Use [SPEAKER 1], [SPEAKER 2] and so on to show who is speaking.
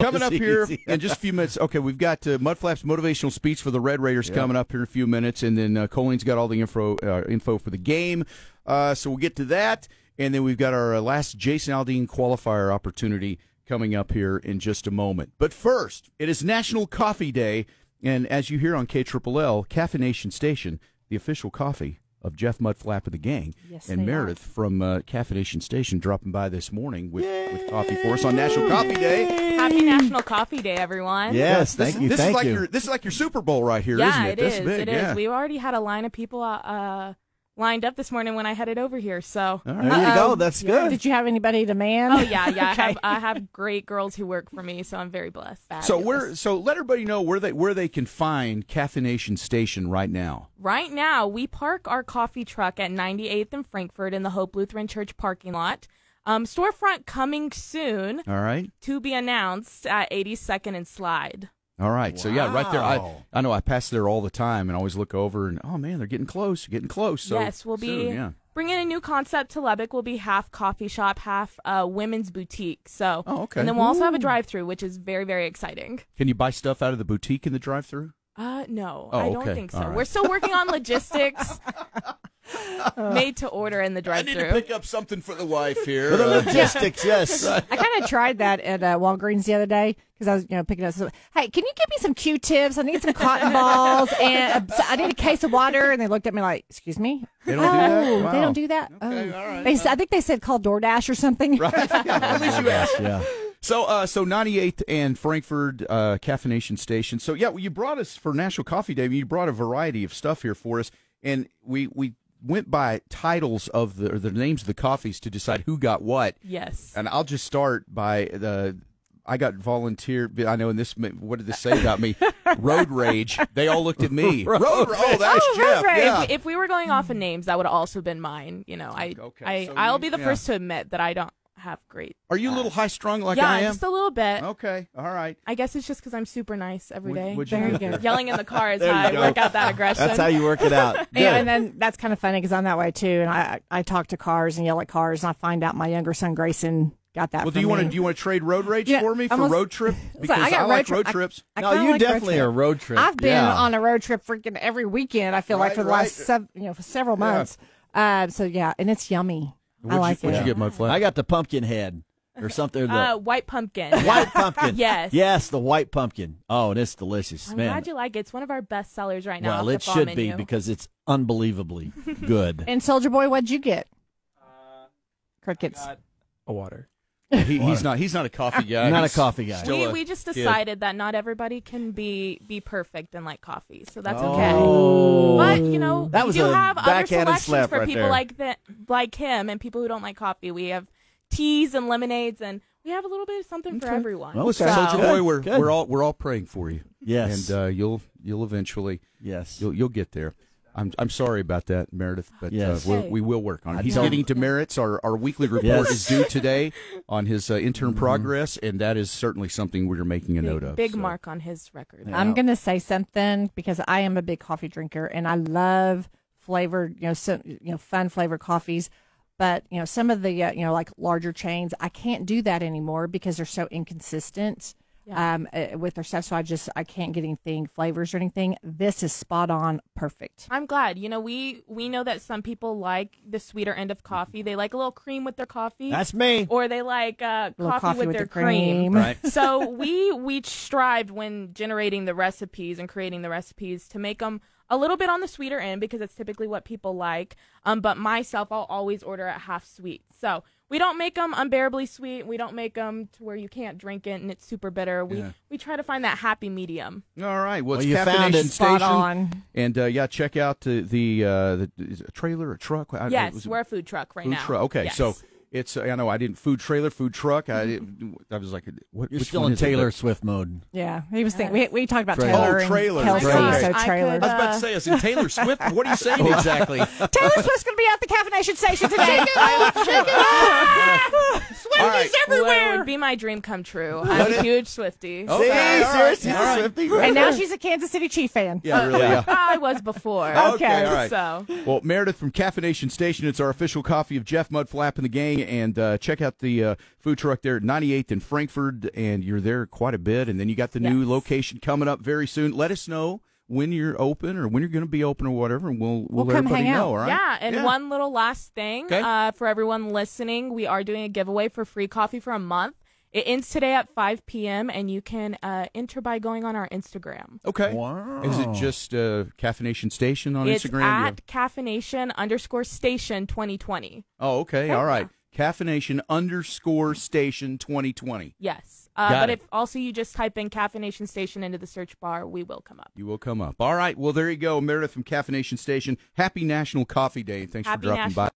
[SPEAKER 1] Coming up here in just a few minutes. Okay, we've got uh, Mudflap's motivational speech for the Red Raiders coming up here in a few minutes, and then uh, Colleen's got all the info uh, info for the game. Uh, so we'll get to that, and then we've got our uh, last Jason Aldean qualifier opportunity coming up here in just a moment. But first, it is National Coffee Day, and as you hear on KLLL, Caffeination Station, the official coffee of Jeff Mudflap of the gang,
[SPEAKER 2] Yes,
[SPEAKER 1] and
[SPEAKER 2] they are.
[SPEAKER 1] Meredith from uh, Caffeination Station dropping by this morning with, with coffee for us on National Coffee Day.
[SPEAKER 2] Happy National Coffee Day, everyone.
[SPEAKER 3] Yes,
[SPEAKER 1] This-
[SPEAKER 3] thank you.
[SPEAKER 1] This
[SPEAKER 3] thank
[SPEAKER 1] is like
[SPEAKER 3] you.
[SPEAKER 1] your this is like your Super Bowl right here,
[SPEAKER 2] yeah,
[SPEAKER 1] isn't it?
[SPEAKER 2] it
[SPEAKER 1] That's
[SPEAKER 2] is.
[SPEAKER 1] big,
[SPEAKER 2] It is.
[SPEAKER 1] yeah.
[SPEAKER 2] We already had a line of people uh, uh, lined up this morning when I headed over here. So,
[SPEAKER 1] All
[SPEAKER 3] there
[SPEAKER 1] right.
[SPEAKER 3] you
[SPEAKER 2] Uh-oh.
[SPEAKER 3] go. That's good.
[SPEAKER 4] Did you have anybody to man?
[SPEAKER 2] oh yeah, yeah, I, have,
[SPEAKER 4] Okay.
[SPEAKER 2] I have great girls who work for me, so I'm very blessed.
[SPEAKER 1] So we're so let everybody know where they where they can find Caffeination Station right now.
[SPEAKER 2] Right now, we park our coffee truck at 98th and Frankfurt in the Hope Lutheran Church parking lot. Um, storefront coming soon
[SPEAKER 1] All right.
[SPEAKER 2] to be announced at 82nd and Slide.
[SPEAKER 1] All right. So yeah, right there. I
[SPEAKER 3] Wow.
[SPEAKER 1] I know I pass there all the time and always look over and oh man, they're getting close, getting close. So
[SPEAKER 2] yes, we'll be
[SPEAKER 1] soon, yeah.
[SPEAKER 2] bringing a new concept to Lubbock. We'll be half coffee shop, half uh, women's boutique. So,
[SPEAKER 1] Oh, okay.
[SPEAKER 2] And then we'll also have a drive-through, which is very, very exciting.
[SPEAKER 1] Can you buy stuff out of the boutique in the drive-through?
[SPEAKER 2] Uh, no,
[SPEAKER 1] Oh,
[SPEAKER 2] I don't
[SPEAKER 1] okay.
[SPEAKER 2] think so.
[SPEAKER 1] All right.
[SPEAKER 2] We're still working on logistics. Made to order in the drive-through. I,
[SPEAKER 1] up something for the wife here.
[SPEAKER 3] For the logistics, yes.
[SPEAKER 4] I kind of tried that at uh, Walgreens the other day because I was, you know, picking up. Some, hey, can you give me some Q-tips? I need some cotton balls and a, I need a case of water. And they looked at me like, "Excuse me?
[SPEAKER 1] They don't
[SPEAKER 4] oh,
[SPEAKER 1] do that?
[SPEAKER 4] they
[SPEAKER 1] Wow.
[SPEAKER 4] don't do that.
[SPEAKER 1] Okay,
[SPEAKER 4] oh,
[SPEAKER 1] all right.
[SPEAKER 4] They s- I think they said call DoorDash or something.
[SPEAKER 1] At least you asked.
[SPEAKER 3] yeah.
[SPEAKER 1] So, uh, so 98th and Frankfurt uh, Caffeination Station. So, yeah, well, you brought us for National Coffee Day. You brought a variety of stuff here for us, and we we went by titles of the or the names of the coffees to decide who got what.
[SPEAKER 2] yes.
[SPEAKER 1] And I'll just start by the. I got volunteered. I know, and this. ma- What did this say about me? Road rage. They all looked at me. Road. Oh, that's
[SPEAKER 2] Oh,
[SPEAKER 1] Jeff.
[SPEAKER 2] road rage.
[SPEAKER 1] Yeah.
[SPEAKER 2] If, if we were going off of names, that would have also been mine. You know, I,
[SPEAKER 1] Okay,
[SPEAKER 2] I,
[SPEAKER 1] so
[SPEAKER 2] I'll
[SPEAKER 1] you-
[SPEAKER 2] be the
[SPEAKER 1] yeah.
[SPEAKER 2] first to admit that I don't have great.
[SPEAKER 1] Are you a little high strung like
[SPEAKER 2] yeah,
[SPEAKER 1] I am?
[SPEAKER 2] just a little bit.
[SPEAKER 1] okay. All right.
[SPEAKER 2] I guess it's just because I'm super nice every
[SPEAKER 1] Would-
[SPEAKER 2] day.
[SPEAKER 1] would you
[SPEAKER 4] Very
[SPEAKER 1] do
[SPEAKER 4] good.
[SPEAKER 1] there?
[SPEAKER 2] Yelling in the car is
[SPEAKER 3] There
[SPEAKER 2] how I
[SPEAKER 3] you go.
[SPEAKER 2] work out that aggression.
[SPEAKER 3] That's how you work it out. Good.
[SPEAKER 4] Yeah, and then that's kind of funny because I'm that way too, and I I talk to cars and yell at cars, and I find out my younger son Grayson got that.
[SPEAKER 1] Well, do
[SPEAKER 4] from
[SPEAKER 1] you want
[SPEAKER 4] me.
[SPEAKER 1] to do you want to trade road rage
[SPEAKER 4] Yeah,
[SPEAKER 1] for me for
[SPEAKER 4] almost-
[SPEAKER 1] road trip?
[SPEAKER 4] It's
[SPEAKER 1] Because
[SPEAKER 4] like, I got
[SPEAKER 1] like road
[SPEAKER 4] road, tri- I-
[SPEAKER 1] trips.
[SPEAKER 4] I
[SPEAKER 3] no,
[SPEAKER 4] kinda
[SPEAKER 3] you
[SPEAKER 4] like road
[SPEAKER 3] definitely
[SPEAKER 4] trip.
[SPEAKER 3] are a road trip.
[SPEAKER 4] I've been
[SPEAKER 3] Yeah.
[SPEAKER 4] on a road trip freaking every weekend. I feel like
[SPEAKER 1] Right,
[SPEAKER 4] for the last
[SPEAKER 1] right.
[SPEAKER 4] seven, you know, for several months. Uh, so yeah, and it's yummy. I like
[SPEAKER 1] What'd
[SPEAKER 4] it.
[SPEAKER 1] you get, Mud Flap?
[SPEAKER 3] I got the pumpkin head or something. The
[SPEAKER 2] uh, white pumpkin.
[SPEAKER 3] white pumpkin.
[SPEAKER 2] Yes.
[SPEAKER 3] Yes, the white pumpkin. Oh, and it's delicious,
[SPEAKER 2] I'm
[SPEAKER 3] man.
[SPEAKER 2] glad you like it. It's one of our best sellers right now. off
[SPEAKER 3] well,
[SPEAKER 2] the
[SPEAKER 3] it
[SPEAKER 2] fall
[SPEAKER 3] should be
[SPEAKER 2] menu.
[SPEAKER 3] because it's unbelievably good.
[SPEAKER 4] And Soldier Boy, what'd you get? Crickets.
[SPEAKER 5] a water.
[SPEAKER 1] He, he's not. He's not a coffee guy.
[SPEAKER 3] I'm not
[SPEAKER 1] He's
[SPEAKER 3] a coffee guy.
[SPEAKER 1] still
[SPEAKER 2] we,
[SPEAKER 1] a
[SPEAKER 2] we just
[SPEAKER 1] kid.
[SPEAKER 2] decided that not everybody can be be perfect and like coffee, so that's
[SPEAKER 3] Oh.
[SPEAKER 2] okay. But you know,
[SPEAKER 3] That
[SPEAKER 2] we
[SPEAKER 3] was
[SPEAKER 2] do
[SPEAKER 3] a
[SPEAKER 2] have other
[SPEAKER 3] backhanded
[SPEAKER 2] selections
[SPEAKER 3] slap
[SPEAKER 2] for
[SPEAKER 3] right
[SPEAKER 2] people
[SPEAKER 3] there.
[SPEAKER 2] like that, like him, and people who don't like coffee. We have teas and lemonades, and we have a little bit of something for everyone.
[SPEAKER 3] Well, okay.
[SPEAKER 2] So-
[SPEAKER 1] Soldier
[SPEAKER 3] Good,
[SPEAKER 1] boy, we're
[SPEAKER 3] good.
[SPEAKER 1] we're all we're all praying for you.
[SPEAKER 3] Yes.
[SPEAKER 1] and uh, you'll you'll eventually
[SPEAKER 3] yes.
[SPEAKER 1] you'll you'll get there. I'm I'm sorry about that, Meredith, but
[SPEAKER 3] Yes.
[SPEAKER 1] uh, we'll, we will work on it.
[SPEAKER 3] I
[SPEAKER 1] He's
[SPEAKER 3] don't-
[SPEAKER 1] getting demerits. Our our weekly report
[SPEAKER 3] Yes.
[SPEAKER 1] is due today on his uh, intern progress, and that is certainly something we're making a note
[SPEAKER 2] big,
[SPEAKER 1] of.
[SPEAKER 2] big
[SPEAKER 1] so.
[SPEAKER 2] mark on his record.
[SPEAKER 3] Yeah.
[SPEAKER 4] I'm gonna say something because I am a big coffee drinker and I love flavored, you know, some, you know, fun flavored coffees. But you know, some of the uh, you know like larger chains, I can't do that anymore because they're so inconsistent um, uh, with their stuff. So I just I can't get anything flavors or anything. This is spot on, perfect.
[SPEAKER 2] I'm glad. You know, we we know that some people like the sweeter end of coffee. They like a little cream with their coffee.
[SPEAKER 3] That's me.
[SPEAKER 2] or they like uh,
[SPEAKER 4] Little
[SPEAKER 2] coffee, with, their cream.
[SPEAKER 3] Right.
[SPEAKER 2] so we we strived when generating the recipes and creating the recipes to make them a little bit on the sweeter end because it's typically what people like. Um, but myself, I'll always order at half sweet. So we don't make them unbearably sweet. We don't make them to where you can't drink it and it's super bitter. We we try to find that happy medium.
[SPEAKER 1] All right. Well,
[SPEAKER 3] Well,
[SPEAKER 1] it's
[SPEAKER 3] you found
[SPEAKER 1] Caffeination
[SPEAKER 3] it.
[SPEAKER 4] Spot
[SPEAKER 1] Station.
[SPEAKER 4] on.
[SPEAKER 1] And uh, yeah, check out uh, the uh, the is it a trailer, a truck. I- I-
[SPEAKER 2] yes,
[SPEAKER 1] was it
[SPEAKER 2] we're a food truck right
[SPEAKER 1] food
[SPEAKER 2] now.
[SPEAKER 1] truck? Okay,
[SPEAKER 2] Yes. Mm-hmm.
[SPEAKER 1] so It's I know I didn't food trailer, food truck. I didn't- I was like, what,
[SPEAKER 3] You're
[SPEAKER 1] which
[SPEAKER 3] still
[SPEAKER 1] one
[SPEAKER 3] in
[SPEAKER 1] is it?
[SPEAKER 3] Taylor Swift mode.
[SPEAKER 4] Yeah, he was thinking. We, we talked about Taylor
[SPEAKER 3] Trailer.
[SPEAKER 1] Oh, trailer.
[SPEAKER 4] and Kelsey,
[SPEAKER 3] Trailer.
[SPEAKER 4] so
[SPEAKER 2] I
[SPEAKER 4] trailer.
[SPEAKER 2] could, uh,
[SPEAKER 5] about to say, is it Taylor Swift? What are you saying exactly?
[SPEAKER 4] Taylor Swift's gonna be at the caffeination station today.
[SPEAKER 1] All right.
[SPEAKER 2] Well, it would be my dream come true. I'm a huge Swifty.
[SPEAKER 1] Okay, all right,
[SPEAKER 3] seriously,
[SPEAKER 1] all right.
[SPEAKER 4] and now she's a Kansas City Chief fan.
[SPEAKER 1] Yeah, really. Yeah.
[SPEAKER 2] I was before.
[SPEAKER 1] Okay, all right.
[SPEAKER 2] So
[SPEAKER 1] Well, Meredith from Caffeination Station, it's our official coffee of Jeff Mudflap and the gang. And uh, check out the uh, food truck there at 98th and Frankfurt. And you're there quite a bit. And then you got the new location coming up very soon. Let us know when you're open or when you're going to be open or whatever. And we'll, we'll,
[SPEAKER 4] We'll
[SPEAKER 1] let
[SPEAKER 4] come
[SPEAKER 1] everybody
[SPEAKER 4] hang
[SPEAKER 1] know,
[SPEAKER 4] out.
[SPEAKER 1] all right?
[SPEAKER 2] Yeah, and one little last thing
[SPEAKER 1] Okay.
[SPEAKER 2] uh, for everyone listening, we are doing a giveaway for free coffee for a month. It ends today at 5 p.m. and you can uh, enter by going on our Instagram.
[SPEAKER 1] Okay.
[SPEAKER 3] Wow.
[SPEAKER 1] Is it just uh, Caffeination Station on
[SPEAKER 2] it's
[SPEAKER 1] Instagram?
[SPEAKER 2] at
[SPEAKER 1] Yeah.
[SPEAKER 2] caffeination underscore station 2020.
[SPEAKER 1] Oh, okay. All right. Caffeination underscore station 2020.
[SPEAKER 2] Yes, uh,
[SPEAKER 3] Got
[SPEAKER 2] but
[SPEAKER 3] it.
[SPEAKER 2] if also you just type in caffeination station into the search bar, we will come up.
[SPEAKER 1] You will come up. All right. Well, there you go. Meredith from Caffeination Station. Happy National Coffee Day. And thanks for
[SPEAKER 2] Happy
[SPEAKER 1] dropping
[SPEAKER 2] National
[SPEAKER 1] by.